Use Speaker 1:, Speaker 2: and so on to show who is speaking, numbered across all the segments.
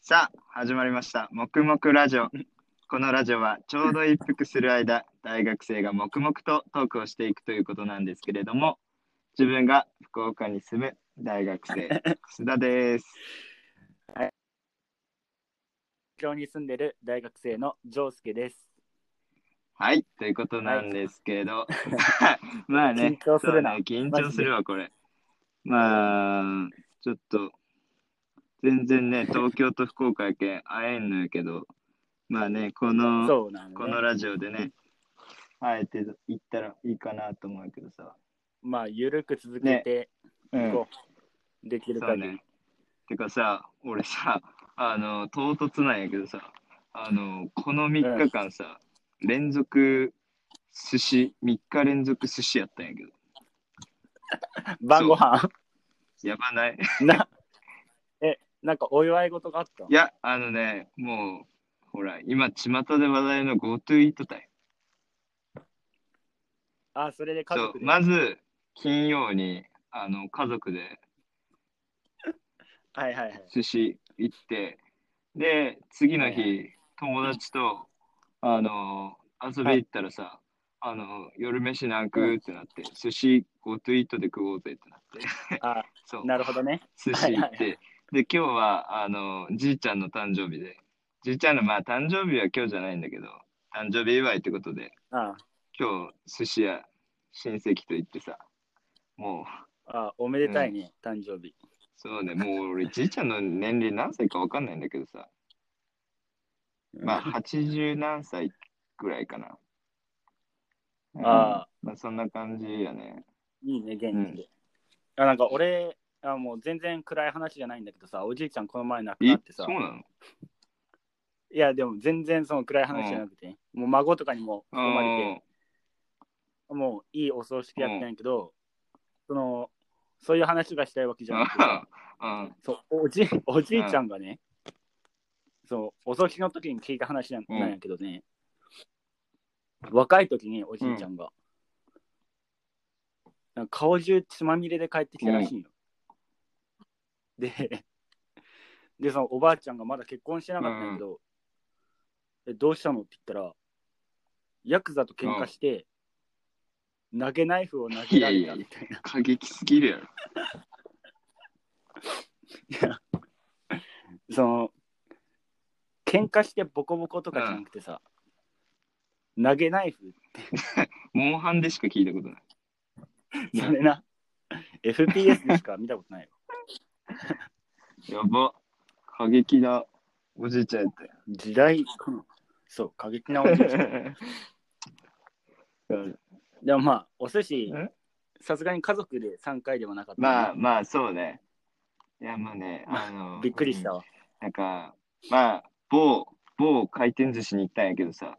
Speaker 1: さあ始まりました「もくもくラジオ」このラジオはちょうど一服する間大学生が黙々とトークをしていくということなんですけれども自分が福岡に住む大学生須田です
Speaker 2: 東京に住んでる大学生の丈介です。
Speaker 1: はいということなんですけれど、 まあね
Speaker 2: 緊張するな
Speaker 1: そうね緊張するわこれまあちょっと全然ね東京と福岡やけん会えんのやけどまあねこの
Speaker 2: そうなの、ね。
Speaker 1: このラジオでね、あえて言ったらいいかなと思うけどさ。
Speaker 2: まあ、ゆるく続けて
Speaker 1: う
Speaker 2: いこう。できる
Speaker 1: そう
Speaker 2: 限り。
Speaker 1: ね。てかさ、俺さ、あの、唐突なんやけどさ、あの、この3日間さ、連続寿司、3日連続寿司やったんやけど、
Speaker 2: 晩ご飯
Speaker 1: やばない。
Speaker 2: な、え、なんかお祝い事があったの
Speaker 1: いや、あのね、もう、ほら、今、巷で話題の GoTo イートタイ
Speaker 2: あ、それで家
Speaker 1: そう
Speaker 2: 族で。
Speaker 1: まず、金曜に、あの、家族で
Speaker 2: はいはいはい。
Speaker 1: 寿司行ってで次の日、
Speaker 2: はい
Speaker 1: 友達とあの遊び行ったらさ、あの夜飯なん食うってなって、寿司 GoTo イートで食おうぜってなって
Speaker 2: あ、
Speaker 1: そう
Speaker 2: なるほどね。
Speaker 1: 寿司行
Speaker 2: は
Speaker 1: っ
Speaker 2: い
Speaker 1: て、で今日はあのじいちゃんの誕生日でじいちゃんのまあ誕生日は今日じゃないんだけど誕生日祝いってことで
Speaker 2: あ
Speaker 1: 今日寿司屋親戚と行ってさもう
Speaker 2: あ、おめでたいね、誕生日。
Speaker 1: そうねもう俺じいちゃんの年齢何歳か分かんないんだけどさ まあ、80何歳ぐらいかな。うん
Speaker 2: あ
Speaker 1: まあ、そんな感じやね。
Speaker 2: いいね、元気で。あなんか俺、あもう全然暗い話じゃないんだけどさ、おじいちゃんこの前亡く
Speaker 1: え
Speaker 2: なって
Speaker 1: そ
Speaker 2: さ
Speaker 1: う、なの
Speaker 2: いや、でも全然その暗い話じゃなくて、もう孫とかにも
Speaker 1: う
Speaker 2: 含まれて、
Speaker 1: ん
Speaker 2: もういいお葬式やったんやけど、そのそういう話がしたいわけじゃ なくて、
Speaker 1: うん
Speaker 2: そうおじおじいちゃんがね、そうお葬式の時に聞いた話なん
Speaker 1: うん
Speaker 2: なんやけどね、若い時におじいちゃんが、なんか顔中血まみれで帰ってきたらしいんよ。で、で、そのおばあちゃんがまだ結婚してなかったんやけど、えどうしたのって言ったら、ヤクザと喧嘩して、投げナイフを投げられたみたいな。
Speaker 1: 過激すぎるやろ。
Speaker 2: その、喧嘩してボコボコとかじゃなくてさ、投げナイフ、
Speaker 1: モンハンでしか聞いたことない。うん
Speaker 2: それな、FPS でしか見たことないよ。
Speaker 1: やば。過激なおじいちゃんやったよ
Speaker 2: 時代、そう、過激なおじ い ちゃん。でもまあ、お寿司
Speaker 1: え、
Speaker 2: さすがに家族で3回ではなかったね、
Speaker 1: まあまあ、そうね。いや、まあね、あの、
Speaker 2: びっくりした
Speaker 1: うん。
Speaker 2: わ。
Speaker 1: なんか、まあ、某、某回転寿司に行ったんやけどさ、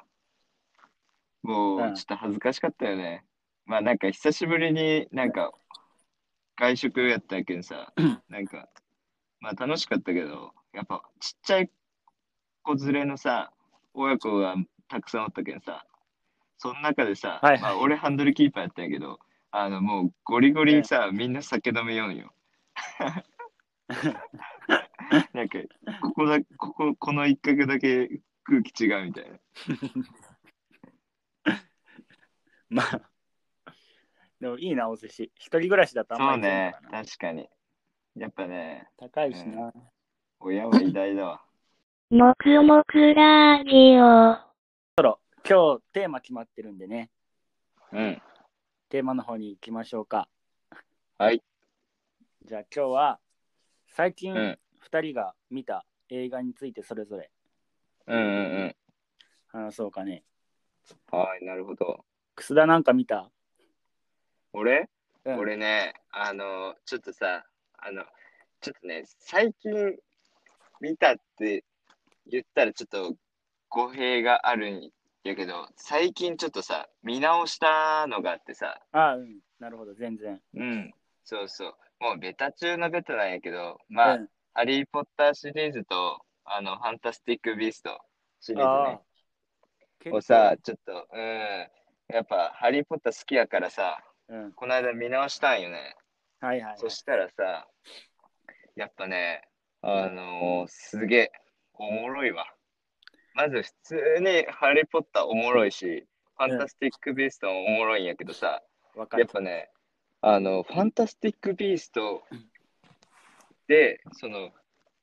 Speaker 1: もう、
Speaker 2: うん
Speaker 1: ちょっと恥ずかしかったよね。まあ、なんか、久しぶりになんか、外食やったんやけど さ、なんか、まあ、楽しかったけど、やっぱ、ちっちゃい子連れのさ、親子がたくさんおったけんさ、その中でさ、
Speaker 2: はいはい
Speaker 1: まあ、俺ハンドルキーパーやったんやけど、あの、もう、ゴリゴリさ、みんな酒飲めよ んよ。なんか、ここだ、ここ、この一角だけ空気違うみたいな。
Speaker 2: まあ、でもいいな、お寿司。一人暮らしだとあん
Speaker 1: そ
Speaker 2: ま
Speaker 1: う
Speaker 2: り行けん
Speaker 1: ね
Speaker 2: のか、な
Speaker 1: 確かに。やっぱね、
Speaker 2: 高いしな。
Speaker 1: 親は偉大だわ。
Speaker 3: もくもくラジオ。
Speaker 2: 今日、テーマ決まってるんでね、
Speaker 1: うん。
Speaker 2: テーマの方に行きましょうか。
Speaker 1: はい。
Speaker 2: じゃあ今日は、最近
Speaker 1: うん
Speaker 2: 2人が見た映画についてそれぞれ
Speaker 1: うんうん
Speaker 2: 話そうかね。
Speaker 1: うん。はい、なるほど。
Speaker 2: 楠田なんか見た、
Speaker 1: 俺、
Speaker 2: うん
Speaker 1: 俺ね、あの、ちょっとさ、あの、ちょっとね、最近見たって言ったらちょっと語弊があるんやけど、最近ちょっとさ、見直したのがあってさ、
Speaker 2: ああ、うん。なるほど、全然。
Speaker 1: うん、そうそう。もうベタ中のベタなんやけど、まあ、
Speaker 2: うん
Speaker 1: ハリー・ポッターシリーズと、あの、ファンタスティック・ビーストシリーズ
Speaker 2: あ
Speaker 1: ね。
Speaker 2: あ。
Speaker 1: をさ、ちょっと、うん、やっぱ、ハリー・ポッター好きやからさ、
Speaker 2: うん。
Speaker 1: この間見直したんよね。
Speaker 2: はいはい、はい。
Speaker 1: そしたらさ、やっぱね、あのーすげえ、おもろいわ。まず普通にハリー・ポッターおもろいし、ファンタスティック・ビーストもおもろいんやけどさ、
Speaker 2: わか
Speaker 1: やっ
Speaker 2: る。
Speaker 1: ぱね、あの、ファンタスティック・ビーストで、その、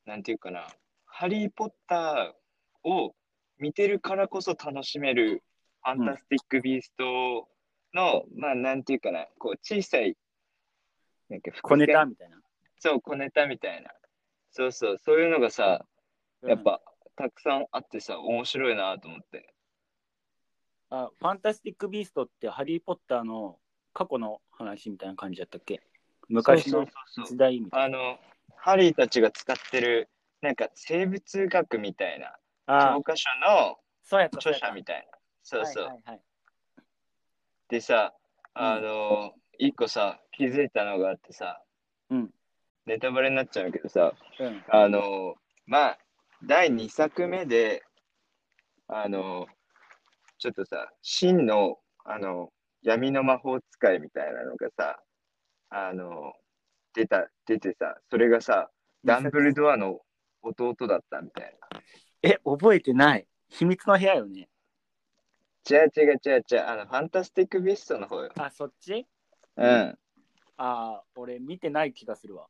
Speaker 1: なんていうかな、ハリー・ポッターを見てるからこそ楽しめる、ファンタスティック・ビーストの、まあ、なんていうかな、こう、小さい、なんか、
Speaker 2: 小ネタみたいな。
Speaker 1: そう、小ネタみたいな。そうそう、そういうのがさ、やっぱ、たくさんあってさ、面白いなと思って。
Speaker 2: うん、あ、ファンタスティック・ビーストってハリー・ポッターの過去の話みたいな感じだったっけ昔
Speaker 1: そう
Speaker 2: の
Speaker 1: そうそうそう
Speaker 2: 時代みたい
Speaker 1: あの、ハリーたちが使ってる、なんか生物学みたいな、
Speaker 2: な。ああ
Speaker 1: 教科書の
Speaker 2: そうやった。
Speaker 1: 著者みたいな。そうそう。
Speaker 2: はいはいはい、
Speaker 1: でさ、
Speaker 2: うん
Speaker 1: あの、一個さ、気づいたのがあってさ、
Speaker 2: うん
Speaker 1: ネタバレになっちゃうけどさ、
Speaker 2: うん。
Speaker 1: あの、まあ、第2作目で、あの、ちょっとさ、真の、あの、闇の魔法使いみたいなのがさ、あの、出た、出てさ、それがさ、ダンブルドアの弟だったみたい
Speaker 2: え、覚えてない。秘密の部屋よね。
Speaker 1: な。違う違う違う違う、あの、ファンタスティックビーストの方よ。
Speaker 2: あ、そっち
Speaker 1: うん。
Speaker 2: ああ、俺見てない気がするわ。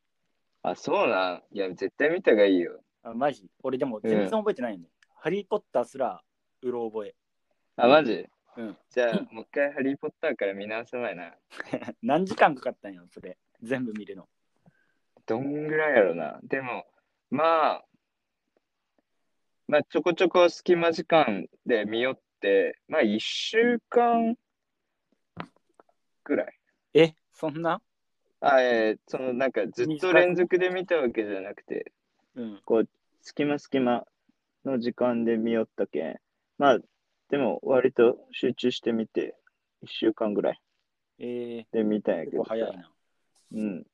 Speaker 1: あ、そうなん。いや、絶対見た方がいいよ。
Speaker 2: あ、マジ俺でも全然覚えてないよね。ハリー・ポッターすらうろ覚え。
Speaker 1: あ、マジ
Speaker 2: うん
Speaker 1: じ ゃあ、もう一回ハリー・ポッターから見直せないな。
Speaker 2: 何時間かかったんや、それ。全部見るの。
Speaker 1: どんぐらいやろな。でも、まあ、まあ、ちょこちょこ隙間時間で見よって、まあ、一週間ぐらい。
Speaker 2: え、そんな
Speaker 1: あ、えーその、なんか、ずっと連続で見たわけじゃなくて、
Speaker 2: うん。
Speaker 1: 隙間隙間の時間で見よったけん。まあ、でも、割と集中してみて、一週間ぐらい
Speaker 2: えー、
Speaker 1: で見たんやけ
Speaker 2: 結
Speaker 1: ど
Speaker 2: 構
Speaker 1: さ。
Speaker 2: 早いな。
Speaker 1: うん。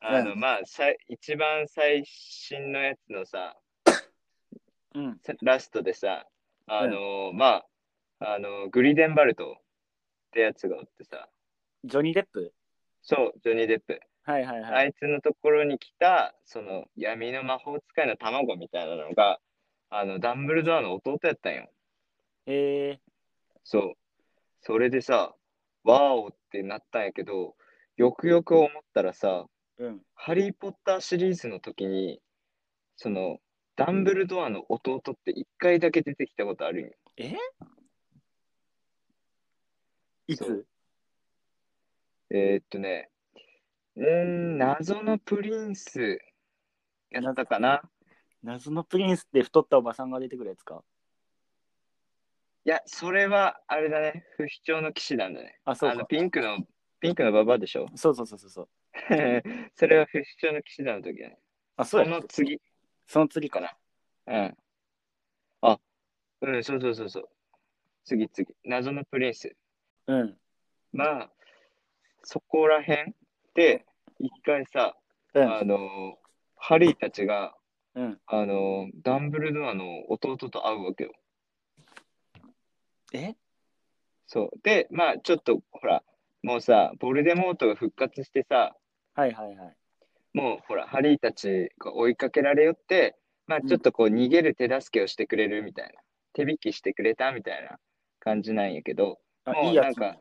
Speaker 1: あの、
Speaker 2: う
Speaker 1: まあ、さい一番最新のやつのさ、
Speaker 2: うん。
Speaker 1: ラストでさ、あのーまあ、あのーグリデンバルトってやつがおってさ、
Speaker 2: ジョニー・デップ
Speaker 1: そう、ジョニー・デップ。
Speaker 2: はいはいは
Speaker 1: あ
Speaker 2: い。
Speaker 1: いつのところに来た、その闇の魔法使いの卵みたいなのが、あの、ダンブルドアの弟やったんよ。
Speaker 2: え
Speaker 1: そう。それでさ、ワーオってなったんやけど、よくよく思ったらさ、
Speaker 2: ー、うん。
Speaker 1: ハリー・ポッターシリーズの時に、その、ダンブルドアの弟って一回だけ出てきたことあるんよ。
Speaker 2: い
Speaker 1: そ
Speaker 2: つ
Speaker 1: うえーっとね、うーん、謎のプリンスやったかな。
Speaker 2: 謎のプリンスって太ったおばさんが出てくるやつか
Speaker 1: いや、それは、あれだね、不死鳥の騎士なんだね。
Speaker 2: あ、そう
Speaker 1: あの、
Speaker 2: か。
Speaker 1: ピンクの、ピンクのババアでしょ
Speaker 2: そうそうそうそうそう。
Speaker 1: それは不死鳥の騎士団の時だね。
Speaker 2: あ、そう
Speaker 1: そ
Speaker 2: や
Speaker 1: の次
Speaker 2: その次
Speaker 1: か
Speaker 2: か。
Speaker 1: な。うん。あ、うん、そうそうそうそう。次次。謎のプリンス。
Speaker 2: うん。
Speaker 1: まあ、そこら辺で、一回さ、
Speaker 2: う
Speaker 1: あ
Speaker 2: ん。
Speaker 1: のーハリーたちが、
Speaker 2: うん。
Speaker 1: あのーダンブルドアの弟と会うわけよ。
Speaker 2: え
Speaker 1: そう。で、まあ、ちょっと、ほら、もうさ、ボルデモートが復活してさ、
Speaker 2: はいはいはい。
Speaker 1: もう、ほら、ハリーたちが追いかけられよって、まあ、ちょっとこう、逃げる手助けをしてくれるみたいな、手引きしてくれたみたいな感じなんやけど、
Speaker 2: あ、
Speaker 1: もう
Speaker 2: いいや
Speaker 1: なん
Speaker 2: つ。
Speaker 1: か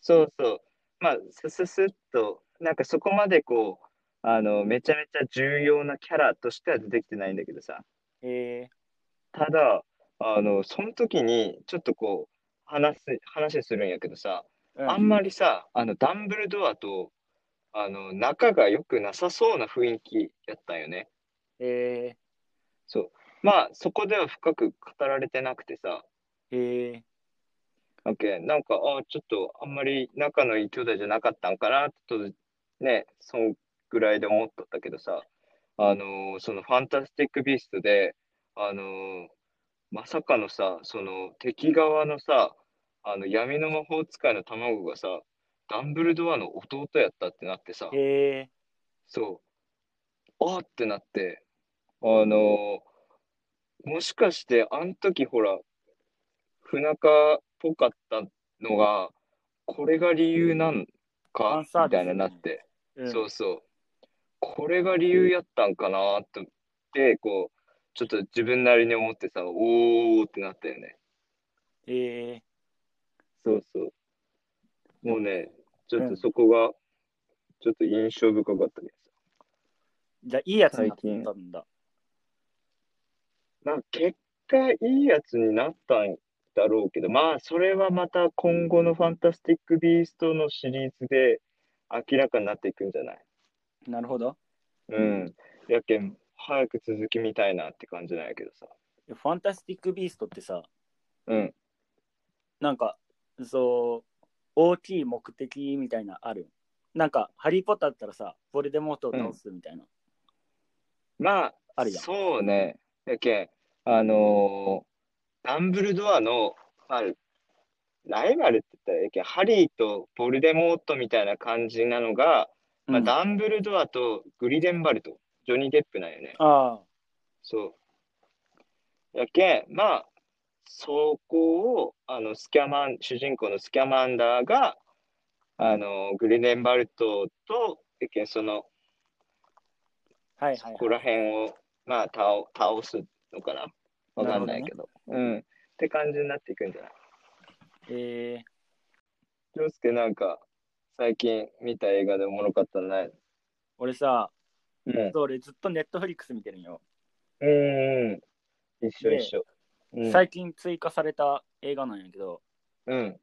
Speaker 1: そうそう。まあ、スススッと、なんかそこまでこう、あの、めちゃめちゃ重要なキャラとしては出てきてないんだけどさ。
Speaker 2: え
Speaker 1: ただ、あの、その時に、ちょっとこう、話す、話するんやけどさ、
Speaker 2: ー、う
Speaker 1: あんまりさ、あの、ダンブルドアと、あの、仲が良くなさそうな雰囲気やったんよね。
Speaker 2: え
Speaker 1: そう。まあ、そこでは深く語られてなくてさ、
Speaker 2: ー、え
Speaker 1: なんか、なんか、あちょっとあんまり仲のいい兄弟じゃなかったんかな、ちょっとね、そんぐらいで思っとったけどさ、あのーそのファンタスティック・ビーストで、あのーまさかのさ、その敵側のさ、あの闇の魔法使いの卵がさ、ダンブルドアの弟やったってなってさ
Speaker 2: ー、、え
Speaker 1: そう、あーってなって、あのーもしかして、あの時ほら、不仲っぽかったのが、これが理由なん
Speaker 2: ファ
Speaker 1: か
Speaker 2: ンサー
Speaker 1: み
Speaker 2: ビス
Speaker 1: た
Speaker 2: ね
Speaker 1: いななって、
Speaker 2: うん
Speaker 1: そうそう。これが理由やったんかなと思って、こう、ちょっと自分なりに思ってさ、おーってなったよね。
Speaker 2: え
Speaker 1: そうそう。もうね、ちょっとそこが、ちょっと印象深かったね。
Speaker 2: ー、じゃあいいやつになったんだ。
Speaker 1: なんか結果いいやつになったんだろうけど、まあそれはまた今後のファンタスティック・ビーストのシリーズで明らかになっていくんじゃない
Speaker 2: なるほど。
Speaker 1: うん。やけん、早く続きみたいなって感じなんやけどさ。
Speaker 2: ファンタスティック・ビーストってさ、
Speaker 1: うん。
Speaker 2: なんか、そう、大きい目的みたいなある。なんか、ハリー・ポッターだったらさ、ヴォルデモートを倒すみたいな。
Speaker 1: まあ、
Speaker 2: あるやん
Speaker 1: そうね。やけん、あのーダンブルドアの、まあ、ライバルって言ったらやけん、ハリーとボルデモートみたいな感じなのが、まあ、
Speaker 2: うん、あ
Speaker 1: ダンブルドアとグリデンバルト、ジョニー・デップなんよね。
Speaker 2: あ、
Speaker 1: そう。やけん、まあ、そこを、あの、スキャマン、主人公のスキャマンダーが、あのーグリデンバルトと、やけん、その、
Speaker 2: はい
Speaker 1: そ
Speaker 2: はい、
Speaker 1: こら辺を、まあ、倒倒すのかなわかんないけどうん。って感じになっていくんじゃない
Speaker 2: えー、
Speaker 1: 凌介なんか、最近見た映画でおもろかったのない
Speaker 2: 俺さ、
Speaker 1: うん。
Speaker 2: そう俺ずっとネットフリックス見てるんよ。
Speaker 1: うんうん。一緒
Speaker 2: で
Speaker 1: 一緒。うん。
Speaker 2: 最近追加された映画なんやけど、
Speaker 1: うん。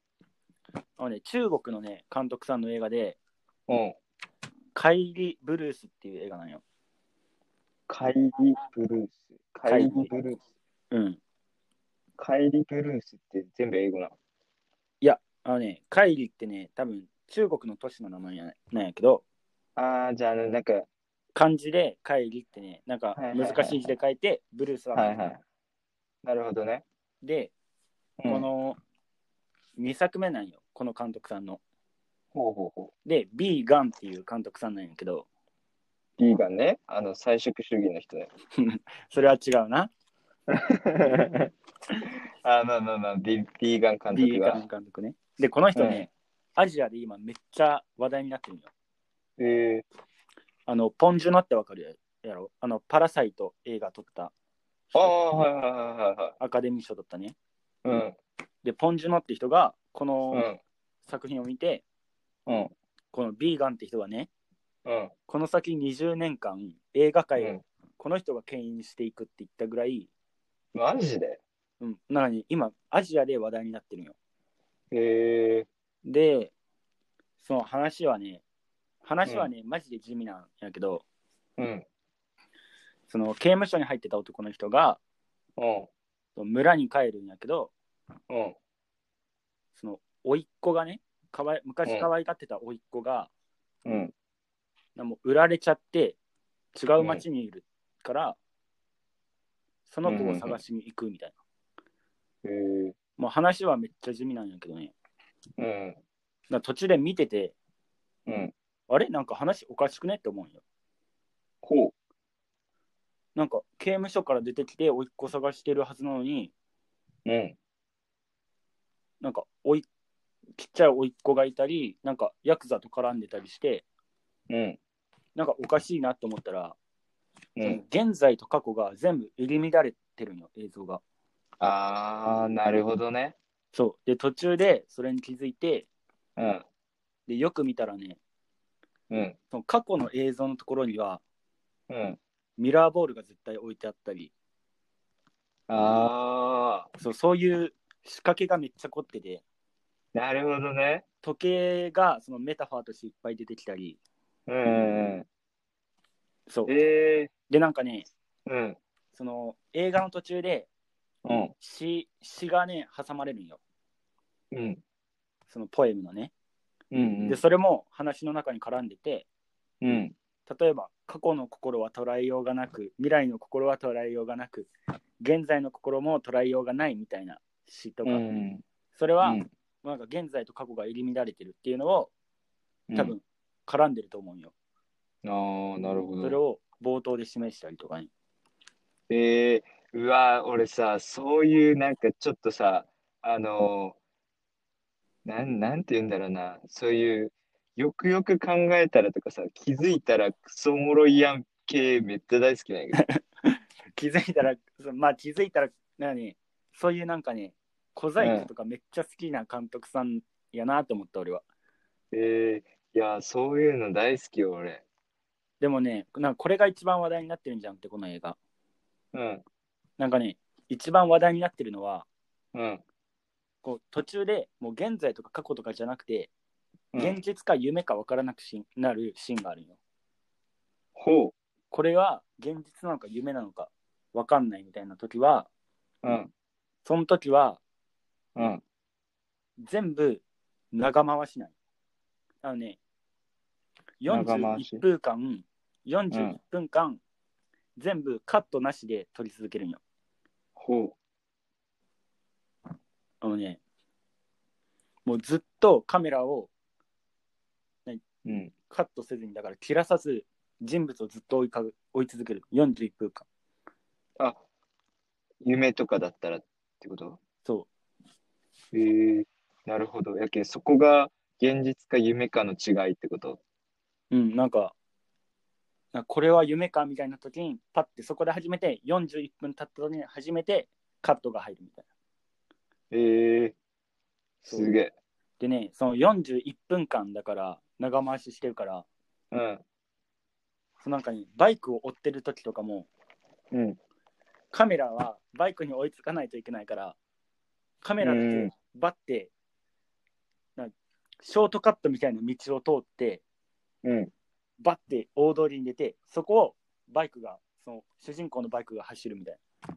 Speaker 2: あのね、中国のね、監督さんの映画で、
Speaker 1: うん。
Speaker 2: カイリ・ブルースっていう映画なんよ。
Speaker 1: カイリ・ブルース。カイリ・ブルース。
Speaker 2: うん。
Speaker 1: カイリ・ブルースって全部英語なの。
Speaker 2: あのね、カイリってね、多分中国の都市の名前やななんやけど、
Speaker 1: ああ、じゃあ、あのなんか、は
Speaker 2: 漢字でカイリってね、なんか
Speaker 1: はいはいは
Speaker 2: 難
Speaker 1: い
Speaker 2: しい字で書いて、ブルースは、
Speaker 1: いはい。なるほどね。
Speaker 2: で、
Speaker 1: うん
Speaker 2: この2作目なんよ、この監督さんの。
Speaker 1: ほうほうほ
Speaker 2: で、ビーガンっていう監督さんなんやけど、
Speaker 1: う。ビーガンね。あの、菜食主義の 人ね。
Speaker 2: それは違うな、
Speaker 1: あまあまあまあ、ビビーガン監
Speaker 2: ビ
Speaker 1: 督
Speaker 2: ーガ
Speaker 1: が
Speaker 2: ン。監督ね。で、この人ね、アジアで今めっちゃ話題になってるんよ。
Speaker 1: え
Speaker 2: あの、ポンジュノってわかるやろあの、パラサイト映画撮った
Speaker 1: ー、ああ、はいはいはいは
Speaker 2: アカデミー賞だったね。
Speaker 1: いはい。
Speaker 2: で、ポンジュノって人が、こ
Speaker 1: う
Speaker 2: の
Speaker 1: ん、
Speaker 2: 作品を見て、
Speaker 1: うん、
Speaker 2: このビーガンって人がね、
Speaker 1: うん、
Speaker 2: この先20年間映画界
Speaker 1: う
Speaker 2: を
Speaker 1: ん。
Speaker 2: この人が牽引していくって言ったぐらい、
Speaker 1: マジで
Speaker 2: うん、なのに今アジアで話題になってるんよ。
Speaker 1: へえ
Speaker 2: で、その話はね、話はね、マジで地味なんやけど、
Speaker 1: ー、うん、
Speaker 2: その刑務所に入ってた男の人が
Speaker 1: うん、
Speaker 2: その村に帰るんやけど、
Speaker 1: うん、
Speaker 2: その甥っ子がね、かわい
Speaker 1: うん
Speaker 2: 昔可愛がってた甥っ子が、
Speaker 1: うん。
Speaker 2: なもう売られちゃって違う町にいるから、その子を探しに行くみたいな。
Speaker 1: へえ
Speaker 2: もう話はめっちゃ地味なんやけどね。
Speaker 1: ー、うん、
Speaker 2: だから途中で見てて、
Speaker 1: うん。
Speaker 2: あれなんか話おかしくねって思うんよ。
Speaker 1: ほう。
Speaker 2: なんか刑務所から出てきて、甥っ子探してるはずなのに、
Speaker 1: うん、
Speaker 2: なんかおいちっちゃい甥っ子がいたり、なんかヤクザと絡んでたりして、
Speaker 1: うん、
Speaker 2: なんかおかしいなと思ったら、
Speaker 1: うん。
Speaker 2: 現在と過去が全部入り乱れてるんよ、映像が。
Speaker 1: ああ、なるほどね。
Speaker 2: そう。で、途中でそれに気づいて、
Speaker 1: うん、
Speaker 2: でよく見たらね、
Speaker 1: うん、
Speaker 2: その過去の映像のところには、
Speaker 1: うん。
Speaker 2: ミラーボールが絶対置いてあったり、
Speaker 1: ああ、
Speaker 2: そうそういう仕掛けがめっちゃ凝ってて、
Speaker 1: なるほどね。
Speaker 2: 時計がそのメタファーとしていっぱい出てきたり、
Speaker 1: うん、うん。
Speaker 2: そう。
Speaker 1: え
Speaker 2: で、なんかね、
Speaker 1: ー、うん、
Speaker 2: その映画の途中で
Speaker 1: うん、
Speaker 2: 詩、詩がね、挟まれるんよ。
Speaker 1: うん、
Speaker 2: そのポエムのね。
Speaker 1: うん、
Speaker 2: で、それも話の中に絡んでて、
Speaker 1: うん。
Speaker 2: 例えば、過去の心は捉えようがなく、未来の心は捉えようがなく、現在の心も捉えようがないみたいな詩とか、
Speaker 1: うん、
Speaker 2: それは、
Speaker 1: うん
Speaker 2: なんか現在と過去が入り乱れてるっていうのを
Speaker 1: うん
Speaker 2: 多分絡んでると思うんよ。
Speaker 1: ああ、なるほど。
Speaker 2: それを冒頭で示したりとかね。
Speaker 1: えー、うわー、俺さ、そういうなんかちょっとさ、あのーなん、なんて言うんだろうな、そういうよくよく考えたらとかさ、気づいたらクソおもろいやん系めっちゃ大好きなんやけど。
Speaker 2: 気づいたら、そまあ気づいたら、何そういうなんかね、小細工とかめっちゃ好きな監督さんやなと思った俺は。
Speaker 1: えー、いやー、そういうの大好きよ、俺。
Speaker 2: でもね、なんかこれが一番話題になってるんじゃんって、この映画。
Speaker 1: うん、
Speaker 2: なんかね、一番話題になってるのは、
Speaker 1: うん。
Speaker 2: こう途中でもう現在とか過去とかじゃなくて、
Speaker 1: うん
Speaker 2: 現実か夢か分からなくしなるシーンがあるんよ。
Speaker 1: ほ
Speaker 2: これは現実なのか夢なのか分かんないみたいな時は、
Speaker 1: う。うん、
Speaker 2: その時は
Speaker 1: うん。
Speaker 2: 全部長回しない。あのね、
Speaker 1: 長回し
Speaker 2: 41分間、41分間、全部カットなしで撮り続けるんよ。
Speaker 1: ほ
Speaker 2: あのね、もうずっとカメラを
Speaker 1: う。うん。
Speaker 2: カットせずに、だから切らさず人物をずっと追いかぐ追い続ける。41分間。
Speaker 1: あ、夢とかだったらってこと
Speaker 2: そ
Speaker 1: え
Speaker 2: う。
Speaker 1: ー、なるほど。やけん、そこが現実か夢かの違いってこと
Speaker 2: うん、なんか、なんかこれは夢かみたいな時に、パッてそこで始めて、41分経った時に初めてカットが入るみたいな。
Speaker 1: えー、す
Speaker 2: そう
Speaker 1: げえ。
Speaker 2: でね、その41分間だから、長回ししてるから、
Speaker 1: うん、
Speaker 2: そのなんかにバイクを追ってる時とかも、
Speaker 1: うん。
Speaker 2: カメラはバイクに追いつかないといけないから、カメラだ
Speaker 1: うん
Speaker 2: けバッて、なんかショートカットみたいな道を通って、
Speaker 1: うん。
Speaker 2: バッて大通りに出て、そこをバイクが、その主人公のバイクが走るみたいな。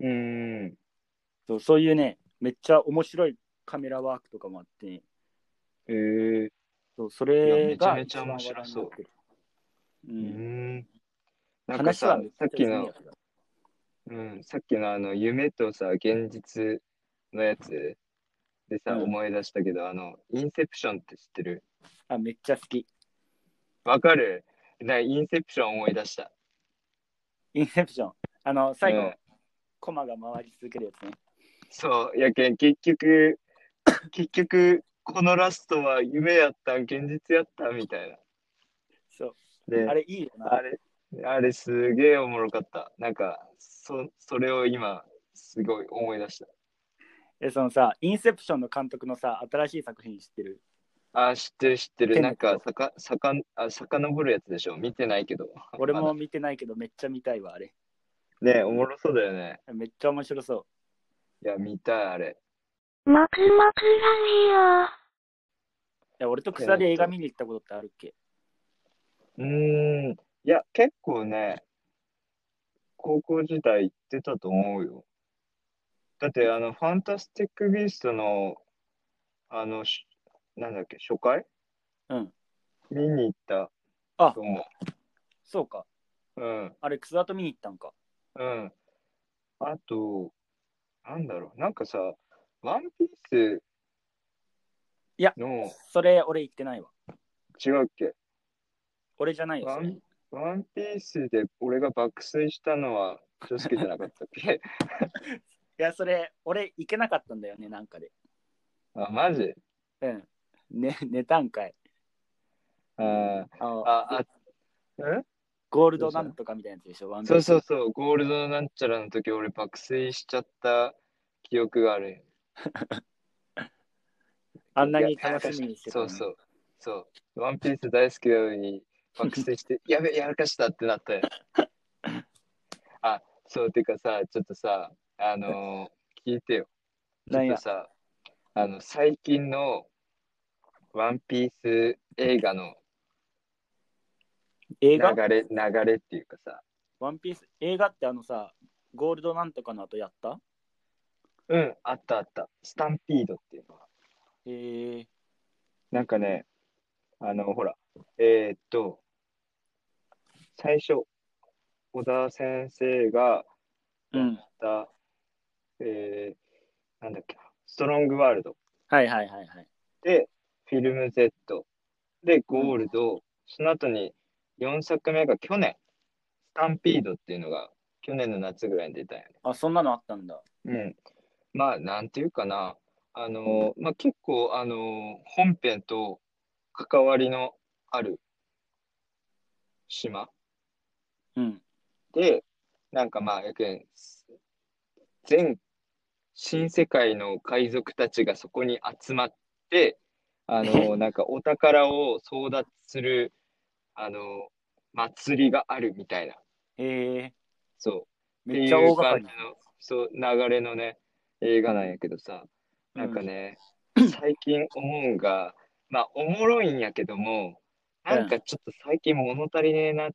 Speaker 1: うーん。
Speaker 2: そうそういうね、めっちゃ面白いカメラワークとかもあってね、
Speaker 1: えー、
Speaker 2: そうそ
Speaker 1: いや
Speaker 2: れ
Speaker 1: めちゃ
Speaker 2: が
Speaker 1: めちゃ面白そう
Speaker 2: 一番話題になってる。う、
Speaker 1: うんん。なんか
Speaker 2: 話は
Speaker 1: さ
Speaker 2: めっ、ち
Speaker 1: さ
Speaker 2: ゃ
Speaker 1: っき
Speaker 2: いい
Speaker 1: の
Speaker 2: や、つだ
Speaker 1: うん、さっきのあの夢とさ、現実のやつでさ、
Speaker 2: うん
Speaker 1: 思い出したけど、あの、インセプションって知ってる
Speaker 2: あめっちゃ好き。
Speaker 1: わかるな、インセプション思い出した。
Speaker 2: インセプション。あの、最後、
Speaker 1: うん
Speaker 2: コマが回り続けるやつね。
Speaker 1: そう、やけん、結局、 結局、このラストは夢やったん、現実やったんみたいな。
Speaker 2: そう。
Speaker 1: で、
Speaker 2: あれいいよ
Speaker 1: あ
Speaker 2: な。
Speaker 1: れ、あれすげえおもろかった。なんか、そ、それを今、すごい思い出した。
Speaker 2: え、そのさ、インセプションの監督のさ、新しい作品知ってる
Speaker 1: あ、知ってる知って
Speaker 2: 知って
Speaker 1: る。
Speaker 2: ん
Speaker 1: な
Speaker 2: だ
Speaker 1: ん
Speaker 2: けど
Speaker 1: か、さか、さかん、あ、遡るやつでしょ。見てないけど。
Speaker 2: 俺
Speaker 1: ま
Speaker 2: も
Speaker 1: だ。
Speaker 2: 見てないけど、めっちゃ見たいわ、あれ。
Speaker 1: ね、おもろそうだよね。
Speaker 2: めっちゃ面白そう。
Speaker 1: いや、見たい、あれ。
Speaker 3: もくもくラ
Speaker 2: いや俺と草で映画見に行ったことってあるっけ
Speaker 1: うーん。いや、結構ね、高校時代行ってたと思うよ。だって、あの、ファンタスティック・ビーストの、あの、しなんだっけ、初回
Speaker 2: うん。
Speaker 1: 見に行った
Speaker 2: あ
Speaker 1: と、思
Speaker 2: そうか。
Speaker 1: う。うん。
Speaker 2: あれ、草と見に行ったんか。
Speaker 1: うん。あと、なんだろう、なんかさ、ワンピース
Speaker 2: いや
Speaker 1: の、
Speaker 2: それ、俺行ってないわ。
Speaker 1: 違うっけ
Speaker 2: 俺じゃないよ、
Speaker 1: ワ
Speaker 2: それ
Speaker 1: ン、ワンピースで俺が爆睡したのは、ジョスケじゃなかったっけ
Speaker 2: いや、それ、俺、行けなかったんだよね、なんかで。
Speaker 1: あ、マジ
Speaker 2: うん。ね、 寝たんかい。
Speaker 1: あ
Speaker 2: あの
Speaker 1: ーあ、あ、ん
Speaker 2: ゴールドなんとかみたいなやつでしょ、ワン。
Speaker 1: そうそううそう、ゴールドなんちゃらの時俺爆睡しちゃった記憶がある。
Speaker 2: あんなに楽しみにしてた
Speaker 1: そ
Speaker 2: の
Speaker 1: う
Speaker 2: に
Speaker 1: そう。そう。ワンピース大好きなのに爆睡 して、やべ、やらかしたってなったよ。あ、そう、てかさ、ちょっとさ、あのー聞いてよ。ち
Speaker 2: な
Speaker 1: ょ
Speaker 2: ん
Speaker 1: っ
Speaker 2: や
Speaker 1: とさ、あの、最近のワンピース映画の
Speaker 2: 映
Speaker 1: 流
Speaker 2: 画
Speaker 1: れ、流れっていうかさ、
Speaker 2: ワンピース、映画ってあのさ、ゴールドなんとかの後やった
Speaker 1: うん、あったあった。スタンピードっていうの。
Speaker 2: へえ。
Speaker 1: なんかね、あの、ほら、えーっと、最初、小田先生が
Speaker 2: う
Speaker 1: やっ
Speaker 2: ん。
Speaker 1: た、えー、なんだっけな、ストロングワールド
Speaker 2: はいはいはいはい。
Speaker 1: で、フィルム Z で、ゴールド、その後に4作目が去年、スタンピードっていうのが去年の夏ぐらいに出たんよね。
Speaker 2: あ、そんなのあったんだ。
Speaker 1: うん。まあ、なんていうかな、あの、まあ、結構、あの、本編と関わりのある島
Speaker 2: うん。
Speaker 1: で、なんかまあ、やけん、全、新世界の海賊たちがそこに集まって、あ の、なんかお宝を争奪する、あの、祭りがあるみたいな、
Speaker 2: へえ
Speaker 1: そう。
Speaker 2: めっちゃ大掛か
Speaker 1: っ
Speaker 2: り
Speaker 1: ていう感じのそう流れのね映画なんやけどさなんか ね、最近思うんがまあおもろいんやけどもなんかちょっと最近物足りねえなっ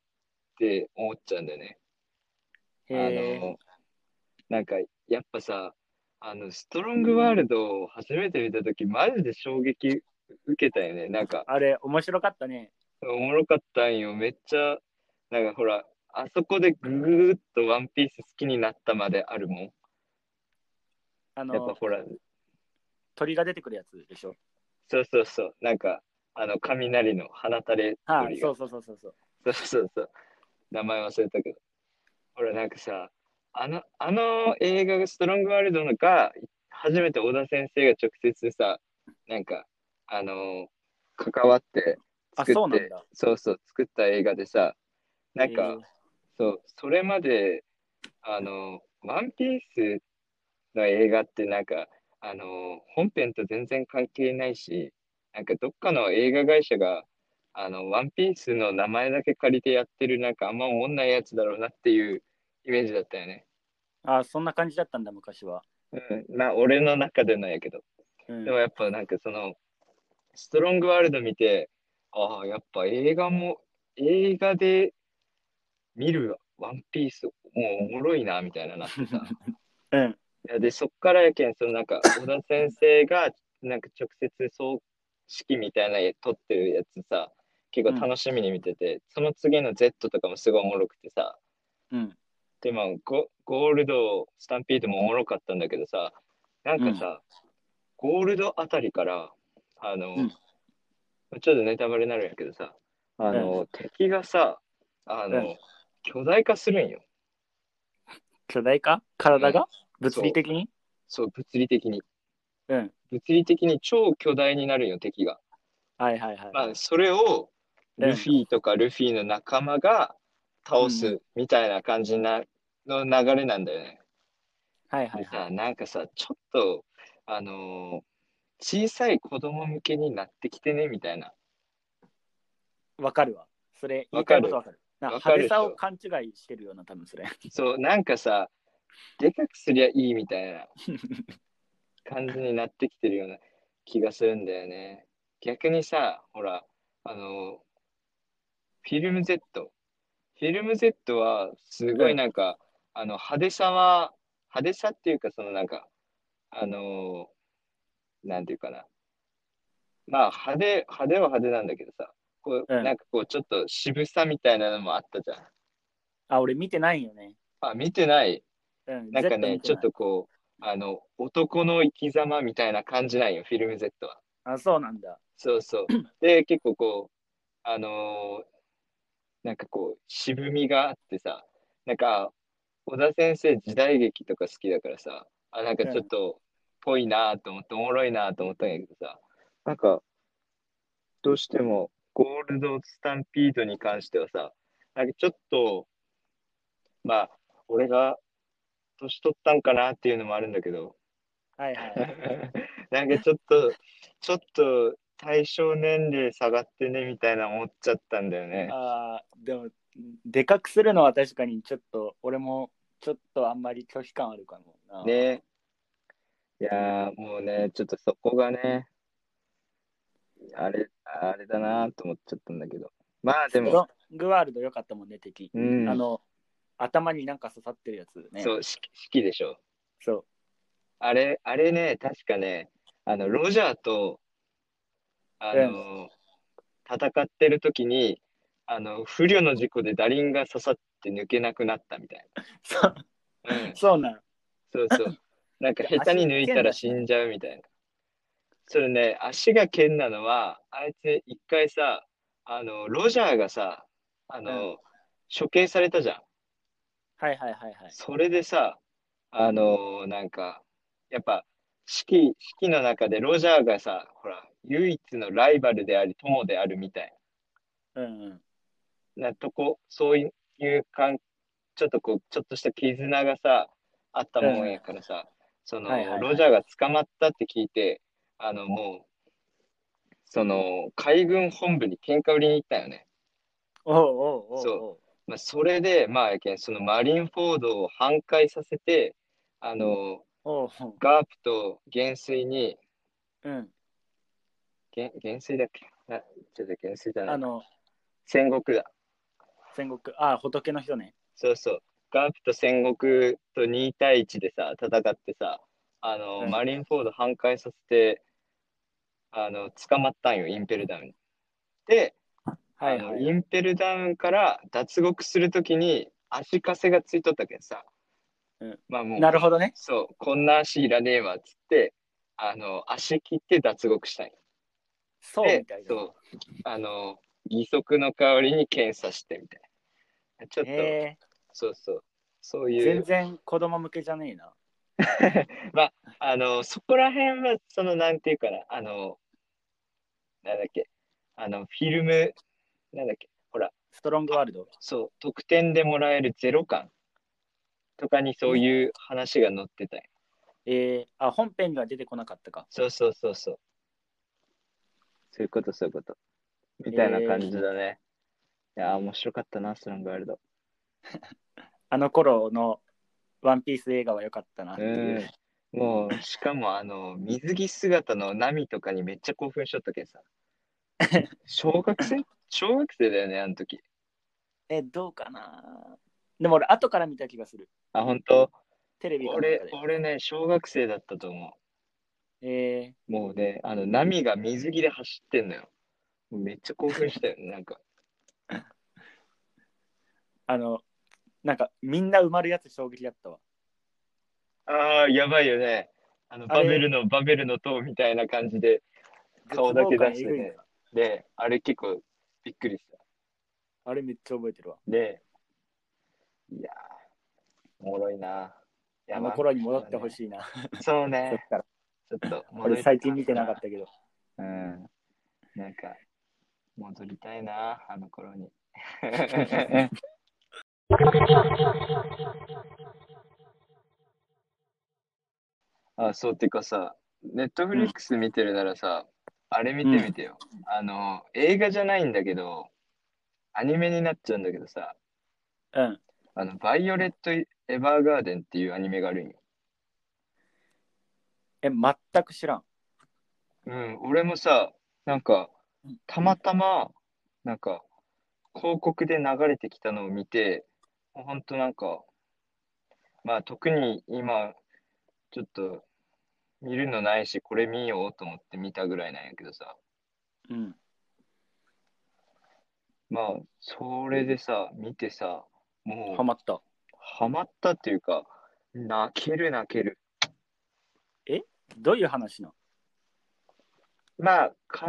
Speaker 1: て思っちゃうんだよね。
Speaker 2: へ
Speaker 1: あ
Speaker 2: え
Speaker 1: のなんかやっぱさあのストロングワールドを初めて見た時マジで衝撃受けたよねなんか
Speaker 2: あれ、面白かったね。
Speaker 1: おもろかったんよめっちゃなんかほらあそこでぐぐーっとワンピース好きになったまであるもん。
Speaker 2: あ
Speaker 1: やっぱ
Speaker 2: の、
Speaker 1: ほら、
Speaker 2: 鳥が出てくるやつでしょ。
Speaker 1: そうそうそう、なんか、あの、雷の放たれ
Speaker 2: は
Speaker 1: 鳥
Speaker 2: い、
Speaker 1: が、
Speaker 2: そうそうそうそうそう。
Speaker 1: そうそうそう、名前忘れたけど、俺なんかさ、あの、あの映画、ストロングワールドのが、初めて小田先生が直接さ、なんか、あの関わって、
Speaker 2: あ
Speaker 1: 作って
Speaker 2: そうなんだ
Speaker 1: そうそう、作った映画でさ、なんか、
Speaker 2: へえ
Speaker 1: そう、それまで、あの、ワンピースの映画ってなんか、あの、本編と全然関係ないし、なんかどっかの映画会社が、あの、ワンピースの名前だけ借りてやってる、なんかあんまおもんないやつだろうなっていうイメージだったよね。
Speaker 2: あ、そんな感じだったんだ、昔は。
Speaker 1: うん、まあ、俺の中でなんやけど。
Speaker 2: うん
Speaker 1: でもやっぱなんかその、ストロングワールド見て、ああ、やっぱ映画も、映画で見るワンピース、もうおもろいな、みたいななってさ。
Speaker 2: うん。
Speaker 1: いやで、そっからやけん、そのなんか、小田先生が、なんか直接葬式みたいなや撮ってるやつさ、結構楽しみに見てて、その次の Z とかもすごいおもろくてさ、
Speaker 2: うん。
Speaker 1: で、まあ、ゴゴールド、スタンピードもおもろかったんだけどさ、なんかさ、ゴールドあたりから、あの、
Speaker 2: うん
Speaker 1: ちょっとネタバレになるんやけどさ、あの、敵がさ、あの、
Speaker 2: うん
Speaker 1: 巨大化するんよ。
Speaker 2: 巨大化体が
Speaker 1: そ
Speaker 2: 物
Speaker 1: う
Speaker 2: 理的に
Speaker 1: そう、物理的に。
Speaker 2: うん。
Speaker 1: 物理的に超巨大になるんよ、敵が。
Speaker 2: はいはいはい。
Speaker 1: まあ、それを、
Speaker 2: うん
Speaker 1: ルフィとかルフィの仲間が倒
Speaker 2: う
Speaker 1: すみたいな感じな、の流れなんだよね。
Speaker 2: はいはい
Speaker 1: で
Speaker 2: はい。
Speaker 1: さ、なんかさ、ちょっと、あのー小さい子供向けになってきてね、みたいな。
Speaker 2: わかるわ。それ、言
Speaker 1: わ
Speaker 2: いた
Speaker 1: か
Speaker 2: い
Speaker 1: る
Speaker 2: ことわかる。なんか
Speaker 1: わか
Speaker 2: 派
Speaker 1: る
Speaker 2: 手
Speaker 1: でしょ
Speaker 2: さを勘違いしてるような、多分それ。
Speaker 1: そう、なんかさ、でかくすりゃいいみたいな感じになってきてるような気がするんだよね。逆にさ、ほら、あのーフィルム Z。フィルム Z は、すごいなんか、あの、派手さは、派手さっていうか、そのなんか、あのーなんていうかな。まあ、派手、派手は派手なんだけどさ、こう、
Speaker 2: うん
Speaker 1: なんかこう、ちょっと渋さみたいなのもあったじゃん。
Speaker 2: あ、俺見てないよね。
Speaker 1: あ、見てない。
Speaker 2: うん。
Speaker 1: なんか
Speaker 2: Z 見
Speaker 1: ね、
Speaker 2: て
Speaker 1: ちょっとこう、あの、男の生き様みたいな感じなんよ、フィルム Z は。
Speaker 2: あ、そうなんだ。
Speaker 1: そうそう。で、結構こう、あのーなんかこう、渋みがあってさ、なんか、小田先生時代劇とか好きだからさ、あ、なんかちょっと、ぽいなと思って、おもろいなと思ったんやけどさ、なんか、どうしても、ゴールドスタンピードに関してはさ、なんかちょっと、まあ、俺が年取ったんかなっていうのもあるんだけど、
Speaker 2: はいはい。
Speaker 1: なんかちょっと、ちょっと対象年齢下がってねみたいな思っちゃったんだよね。
Speaker 2: あーでも、でかくするのは確かにちょっと、俺もちょっとあんまり拒否感あるかもな。
Speaker 1: ね。いやーもうね、ちょっとそこがね、あれ、あれだなと思っちゃったんだけど。まあで
Speaker 2: ストロ
Speaker 1: も、
Speaker 2: ングワールド良かったもんね、敵。
Speaker 1: うん、
Speaker 2: あの、頭になんか刺さってるやつね。
Speaker 1: そう、式式でしょ。
Speaker 2: そう。
Speaker 1: あれ、あれね、確かね、あの、ロジャーと、あの、戦ってる時に、あの、不慮の事故でダリンが刺さって抜けなくなったみたい
Speaker 2: そ
Speaker 1: な。
Speaker 2: う
Speaker 1: うん
Speaker 2: そうなん。
Speaker 1: そうそう。なんか下手に抜いたら死んじゃうみたいな。それね、足が剣なのは、あいつ一回さ、あの、ロジャーがさ、あの、処刑されたじゃん。
Speaker 2: はいはいはいはい。
Speaker 1: それでさ、あの、なんか、やっぱ、式、式の中でロジャーがさ、ほら、唯一のライバルであり、友であるみたい
Speaker 2: うんうん。
Speaker 1: なとこ、そういう感、ちょっとこう、ちょっとした絆がさ、あったもんやからさ、その、
Speaker 2: はいはいはい
Speaker 1: ロジャーが捕まったって聞いて、あの、もう、その、海軍本部に喧嘩売りに行ったよね。
Speaker 2: おうおうおうおう。
Speaker 1: そまあ、それで、まあ、やけんそのマリンフォードを反壊させて、あの、
Speaker 2: おうおう。
Speaker 1: ガープと元帥に、
Speaker 2: うん。
Speaker 1: 元元帥だっけなちょっと元帥じゃない
Speaker 2: あ。の、
Speaker 1: 戦国だ。
Speaker 2: 戦国、あ、仏の人ね。
Speaker 1: そうそう。ガープと戦国と2対1でさ、戦ってさ、あの、
Speaker 2: うん
Speaker 1: マリンフォード反壊させて、あの、捕まったんよ、インペルダウンに。で、
Speaker 2: はい
Speaker 1: あ
Speaker 2: は
Speaker 1: の
Speaker 2: い。
Speaker 1: インペルダウンから脱獄するときに足かせがついとったけんさ、
Speaker 2: うん
Speaker 1: まあもう、
Speaker 2: なるほどね。
Speaker 1: そう、こんな足いらねえわっつって、あの、足切って脱獄したんよ。
Speaker 2: そう
Speaker 1: で
Speaker 2: みたいな。
Speaker 1: そう、あの、義足の代わりに検査してみたいな。ちょっと、
Speaker 2: へ
Speaker 1: そうそう、そう
Speaker 2: え
Speaker 1: い
Speaker 2: 全
Speaker 1: う、
Speaker 2: 然子供向けじゃねえな。
Speaker 1: あの、そこら辺は、その、なんていうかな、あの、なんだっけ、あの、フィルム、なんだっけ、ほら、
Speaker 2: ストロングワールド。
Speaker 1: そう、得点でもらえるゼロ感とかにそういう話が載ってたんよ。
Speaker 2: えー、あ、本編には出てこなかったか。
Speaker 1: そうそうそうそう。そういうこと、そういうこと。みたいな感じだね。いやー、面白かったな、ストロングワールド。
Speaker 2: あの頃のワンピース映画は良かったなっていう。
Speaker 1: うん。もう、しかも、あの、水着姿のナミとかにめっちゃ興奮しとったけんさ。小学生小学生だよね、あの時。
Speaker 2: え、どうかなでも俺、後から見た気がする。
Speaker 1: あ、本当
Speaker 2: テレビかなんか
Speaker 1: 俺
Speaker 2: で、。
Speaker 1: 俺ね、小学生だったと思う。
Speaker 2: え
Speaker 1: もうね、あの、波が水着で走ってんのよ。もうめっちゃ興奮したよね、なんか。
Speaker 2: ー、あの、なんかみんな埋まるやつ衝撃だったわ。
Speaker 1: ああ、やばいよね。あの、
Speaker 2: あ
Speaker 1: バ
Speaker 2: れ
Speaker 1: ベルの、バベルの塔みたいな感じで、顔だけ出して
Speaker 2: 絶望感えぐい
Speaker 1: ね
Speaker 2: な。
Speaker 1: で、あれ結構びっくりした。
Speaker 2: あれめっちゃ覚えてるわ。
Speaker 1: で、いやー、おもろいな。いや
Speaker 2: あの頃に戻ってほしいな。
Speaker 1: い。そう
Speaker 2: そっ
Speaker 1: ね、
Speaker 2: から。
Speaker 1: ちょっと戻り
Speaker 2: 俺最近見てなかった けど。
Speaker 1: た。うん。なんか、戻りたいな、あの頃 に。あ、そう、てかさ、ネットフリックス見てるならさ、あれ見てみてよ。あの、映画じゃないんだけど、アニメになっちゃうんだけどさ、
Speaker 2: うん。
Speaker 1: あの、バイオレット・エヴァーガーデンっていうアニメがあるんよ。
Speaker 2: え、全く知らん。
Speaker 1: うん、俺もさ、なんか
Speaker 2: うん、
Speaker 1: たまたま、なんか、広告で流れてきたのを見て、ほんとなんか、まあ、特に今、ちょっと、見るのないし、これ見ようと思って見たぐらいなんやけどさ、
Speaker 2: うん。
Speaker 1: まあ、それでさ、見てさ、もう
Speaker 2: ハ、マった。
Speaker 1: ハマったっていうか、泣ける泣ける。
Speaker 2: どういう話なの
Speaker 1: まあ、か、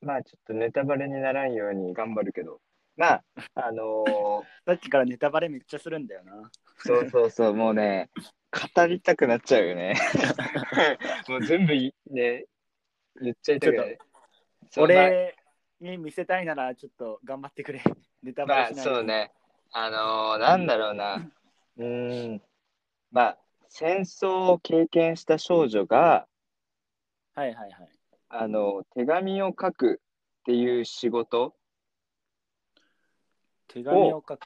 Speaker 1: まあ、ちょっとネタバレにならんように頑張るけど、まあ、あの ー、
Speaker 2: さっきからネタバレめっちゃするんだよな。
Speaker 1: そうそうそう、もうね、語りたくなっちゃうよ ね。もう全部いね、言っちゃいたくない。そう
Speaker 2: 俺に見せたいならちょっと頑張ってくれ。ネタ
Speaker 1: ま
Speaker 2: バ
Speaker 1: あ、
Speaker 2: レし
Speaker 1: ま
Speaker 2: な
Speaker 1: あそ
Speaker 2: いで
Speaker 1: う。ね、あのーなんだろうな、うーん、まあ、戦争を経験した少女が、
Speaker 2: はいはいはい。
Speaker 1: あの、手紙を書くっていう仕事、
Speaker 2: 手紙を書く。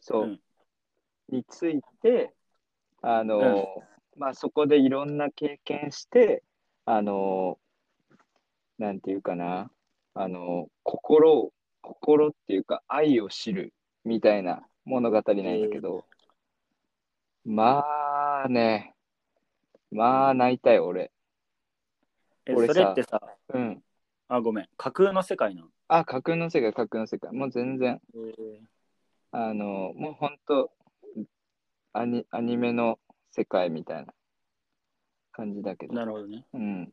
Speaker 1: そう、
Speaker 2: うん
Speaker 1: について、あのーまあ、そこでいろんな経験して、あのーなんていうかな、あのー心を、心っていうか愛を知るみたいな物語なんだけど、まあね、まあ泣いたよ、俺。
Speaker 2: え、
Speaker 1: 俺
Speaker 2: そ
Speaker 1: さ
Speaker 2: れってさ、
Speaker 1: うん。
Speaker 2: あ、ごめん。架空の世界なの。
Speaker 1: あ、架空の世界、架空の世界。もう全然、あのーもうほんと、アニ、アニメの世界みたいな感じだけど。
Speaker 2: なるほどね。
Speaker 1: うん。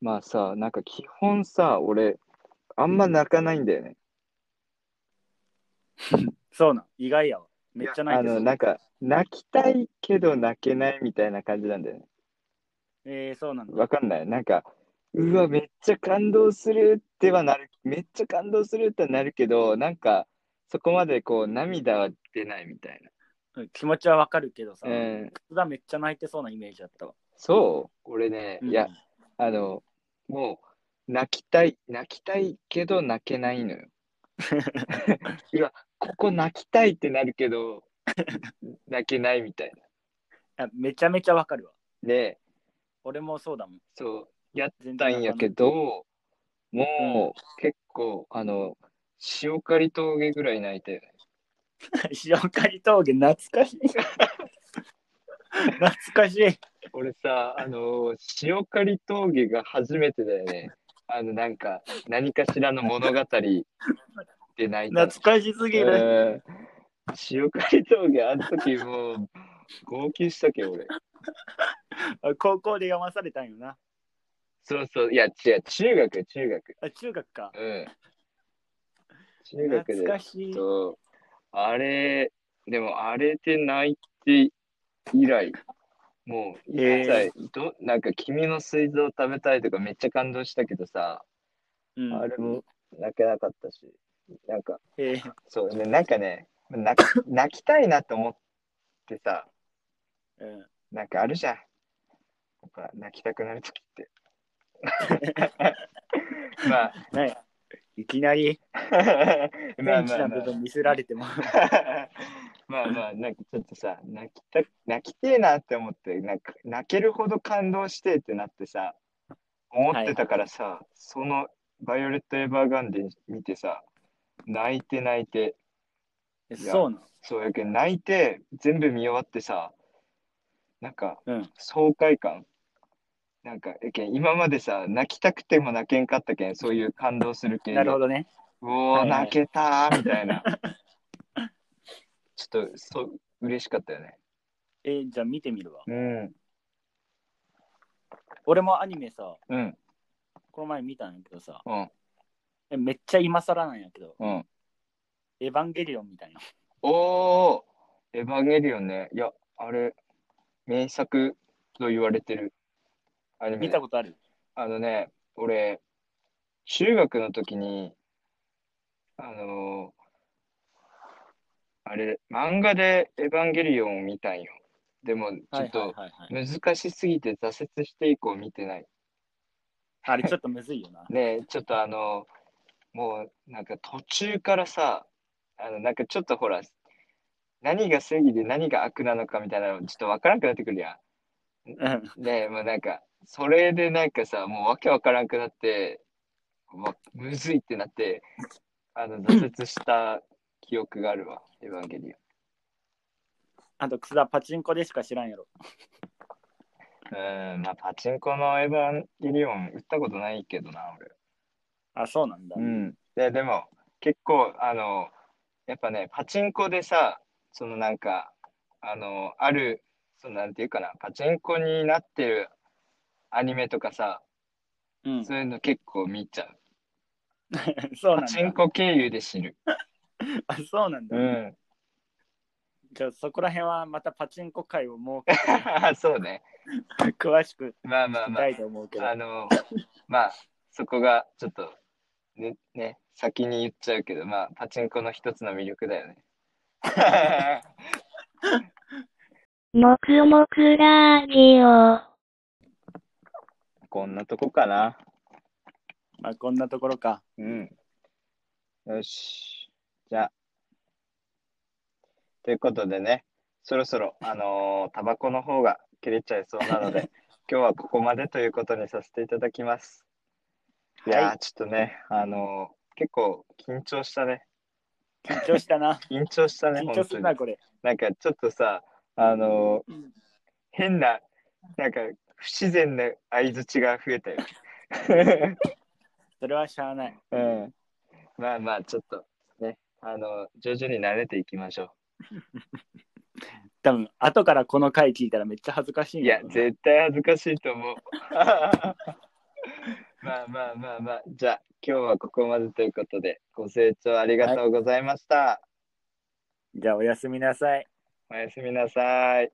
Speaker 1: まあさ、なんか基本さ、俺、あんま泣かないんだよね。
Speaker 2: そうなん。意外やわ。めっちゃ泣い
Speaker 1: あ
Speaker 2: てる
Speaker 1: の、なんか、泣きたいけど泣けないみたいな感じなんだよね。
Speaker 2: えー、そうなんだ。
Speaker 1: わかんない。なんか、うわ、めっちゃ感動するってはなる、めっちゃ感動するってはなるけど、なんか、そこまでこう、涙は出ないみたい
Speaker 2: うん気持ちはわかるけどさ、
Speaker 1: な。うん。
Speaker 2: 津田めっちゃ泣いてそうなイメージだったわ。
Speaker 1: そう俺ね、
Speaker 2: うん
Speaker 1: いや、あの、もう、泣きたい、泣きたいけど泣けないのよ。うわ、ここ泣きたいってなるけど、泣けないみたいな。
Speaker 2: あめちゃめちゃわかるわ。
Speaker 1: で、
Speaker 2: 俺もそうだもん。
Speaker 1: そう、やっ
Speaker 2: 全
Speaker 1: たんやけど、
Speaker 2: う
Speaker 1: もう、結構、あの、塩刈峠ぐらい泣いたよね。
Speaker 2: 塩刈峠懐 かしい懐かしい
Speaker 1: 俺さ、あのー、塩刈峠が初めてだよね。あの、なんか、何かしらの物語で泣いた
Speaker 2: 懐
Speaker 1: の。
Speaker 2: かしすぎる、
Speaker 1: えー塩刈峠、あの時もう、号泣したけ、俺。
Speaker 2: 高校で読まされたんよな
Speaker 1: そうそう、いや、違う、中学、中学。
Speaker 2: あ中学か
Speaker 1: うん。中学
Speaker 2: 懐
Speaker 1: で
Speaker 2: か。しい
Speaker 1: そう。あれ、でも、あれで泣いて以来、もう、
Speaker 2: えー
Speaker 1: 一切、ど、なんか、君の膵臓食べたいとか、めっちゃ感動したけどさ、
Speaker 2: うん
Speaker 1: あれも泣けなかったし、なんか、
Speaker 2: えー
Speaker 1: そうね、なんかね、泣き泣きたいなと思ってさ、
Speaker 2: うん
Speaker 1: なんかあるじゃん。やっぱ泣きたくなるとき って。まあ、
Speaker 2: ねいきなり
Speaker 1: ま
Speaker 2: ベ
Speaker 1: あ
Speaker 2: ンチ
Speaker 1: まあま
Speaker 2: な部
Speaker 1: あ、
Speaker 2: 分見せられても
Speaker 1: まあまあ、なんかちょっとさ、泣きた泣きてえなって思って、なんか泣けるほど感動してってなってさ、思ってたからさ、そのバイオレット・エヴァーガンデン見てさ、泣いて泣いて、
Speaker 2: えそうなの
Speaker 1: そうやけん泣いて全部見終わってさなんか
Speaker 2: うん
Speaker 1: 爽快感なんかやけん今までさ泣きたくても泣けんかったけんそういう感動する系
Speaker 2: なるほ
Speaker 1: ど
Speaker 2: どね
Speaker 1: うおー、
Speaker 2: はいはい
Speaker 1: 泣けたーみたい なちょっとそう嬉しかったよね
Speaker 2: えーじゃあ見てみるわ
Speaker 1: うん
Speaker 2: 俺もアニメさ
Speaker 1: うん
Speaker 2: この前見たんやけどさ
Speaker 1: うん
Speaker 2: えめっちゃ今更なんやけど
Speaker 1: うん
Speaker 2: 「エヴァンゲリオン」みたいな
Speaker 1: おおエヴァンゲリオンねいやあれ名作と言われてるアニメ
Speaker 2: 見たことある
Speaker 1: あのね、俺、中学の時に、あのーあれ、漫画でエヴァンゲリオンを見たんよ。でも、ちょっ
Speaker 2: はいはい
Speaker 1: と
Speaker 2: はい、はい、
Speaker 1: 難しすぎて挫折して以降見てない。
Speaker 2: あれちょっとむずいよな
Speaker 1: ねえちょっとあのーもうなんか途中からさ、あの、なんかちょっとほら、何が正義で何が悪なのかみたいなのちょっとわからんくなってくるやん。
Speaker 2: うん
Speaker 1: ねえ、もうなんか、それでなんかさ、もうわけわからんくなって、うわむずいってなって、あの、挫折した記憶があるわ、 エヴァンゲリオン。
Speaker 2: あと、楠田パチンコでしか知らんやろ。
Speaker 1: うーん、まあ、パチンコのエヴァンゲリオン打ったことないけどな、俺。
Speaker 2: あ、そうなんだ。
Speaker 1: うん。で、でも、結構、あの、やっぱね、パチンコでさ、そのなんか、あの、ある、そのなんていうかな、パチンコになってるアニメとかさ、
Speaker 2: うん、
Speaker 1: そういうの結構見ちゃう。
Speaker 2: そう
Speaker 1: パ
Speaker 2: なん
Speaker 1: チン
Speaker 2: だ。
Speaker 1: コ経由で知る。
Speaker 2: あ、そうなんだ。
Speaker 1: うん。
Speaker 2: じゃあ、そこら辺はまたパチンコ会をもう
Speaker 1: そうね。
Speaker 2: 詳しく
Speaker 1: まあまあ
Speaker 2: 聞き
Speaker 1: ま
Speaker 2: たいと思うけど
Speaker 1: あ、あ。の、まあ、そこがちょっと、ね、ね、先に言っちゃうけど、まあ、パチンコの一つの魅力だよね。
Speaker 3: もくもくラジオ。
Speaker 1: こんなとこかな。
Speaker 2: まあ、こんなところか。
Speaker 1: うん。よし。じゃあ。ということでね、そろそろ、あのータバコの方が切れちゃいそうなの で、今日はここまでということにさせていただきます。いやー、
Speaker 2: は
Speaker 1: ちょっとね、あのー結構緊張したね。
Speaker 2: 緊張し たな。
Speaker 1: 緊張したね、
Speaker 2: 緊張するな、
Speaker 1: 本当
Speaker 2: これ。
Speaker 1: に。なんかちょっとさ、あのー
Speaker 2: うん
Speaker 1: 変な、なんか不自然な相づちが増えたよ。
Speaker 2: それはしゃあない。
Speaker 1: うんまあまあ、ちょっとね、あの、徐々に慣れていきましょ
Speaker 2: 多分後からこの回聞いたらめっちゃ恥ずかし
Speaker 1: う。
Speaker 2: い
Speaker 1: い
Speaker 2: ん
Speaker 1: や
Speaker 2: だ、ろうな
Speaker 1: 絶対恥ずかしいと思う。 まあまあまあまあ、じゃあ、今日はここまでということで、ご清聴ありがとうございました。
Speaker 2: じゃあ、おやすみなさい。
Speaker 1: おやすみなさい。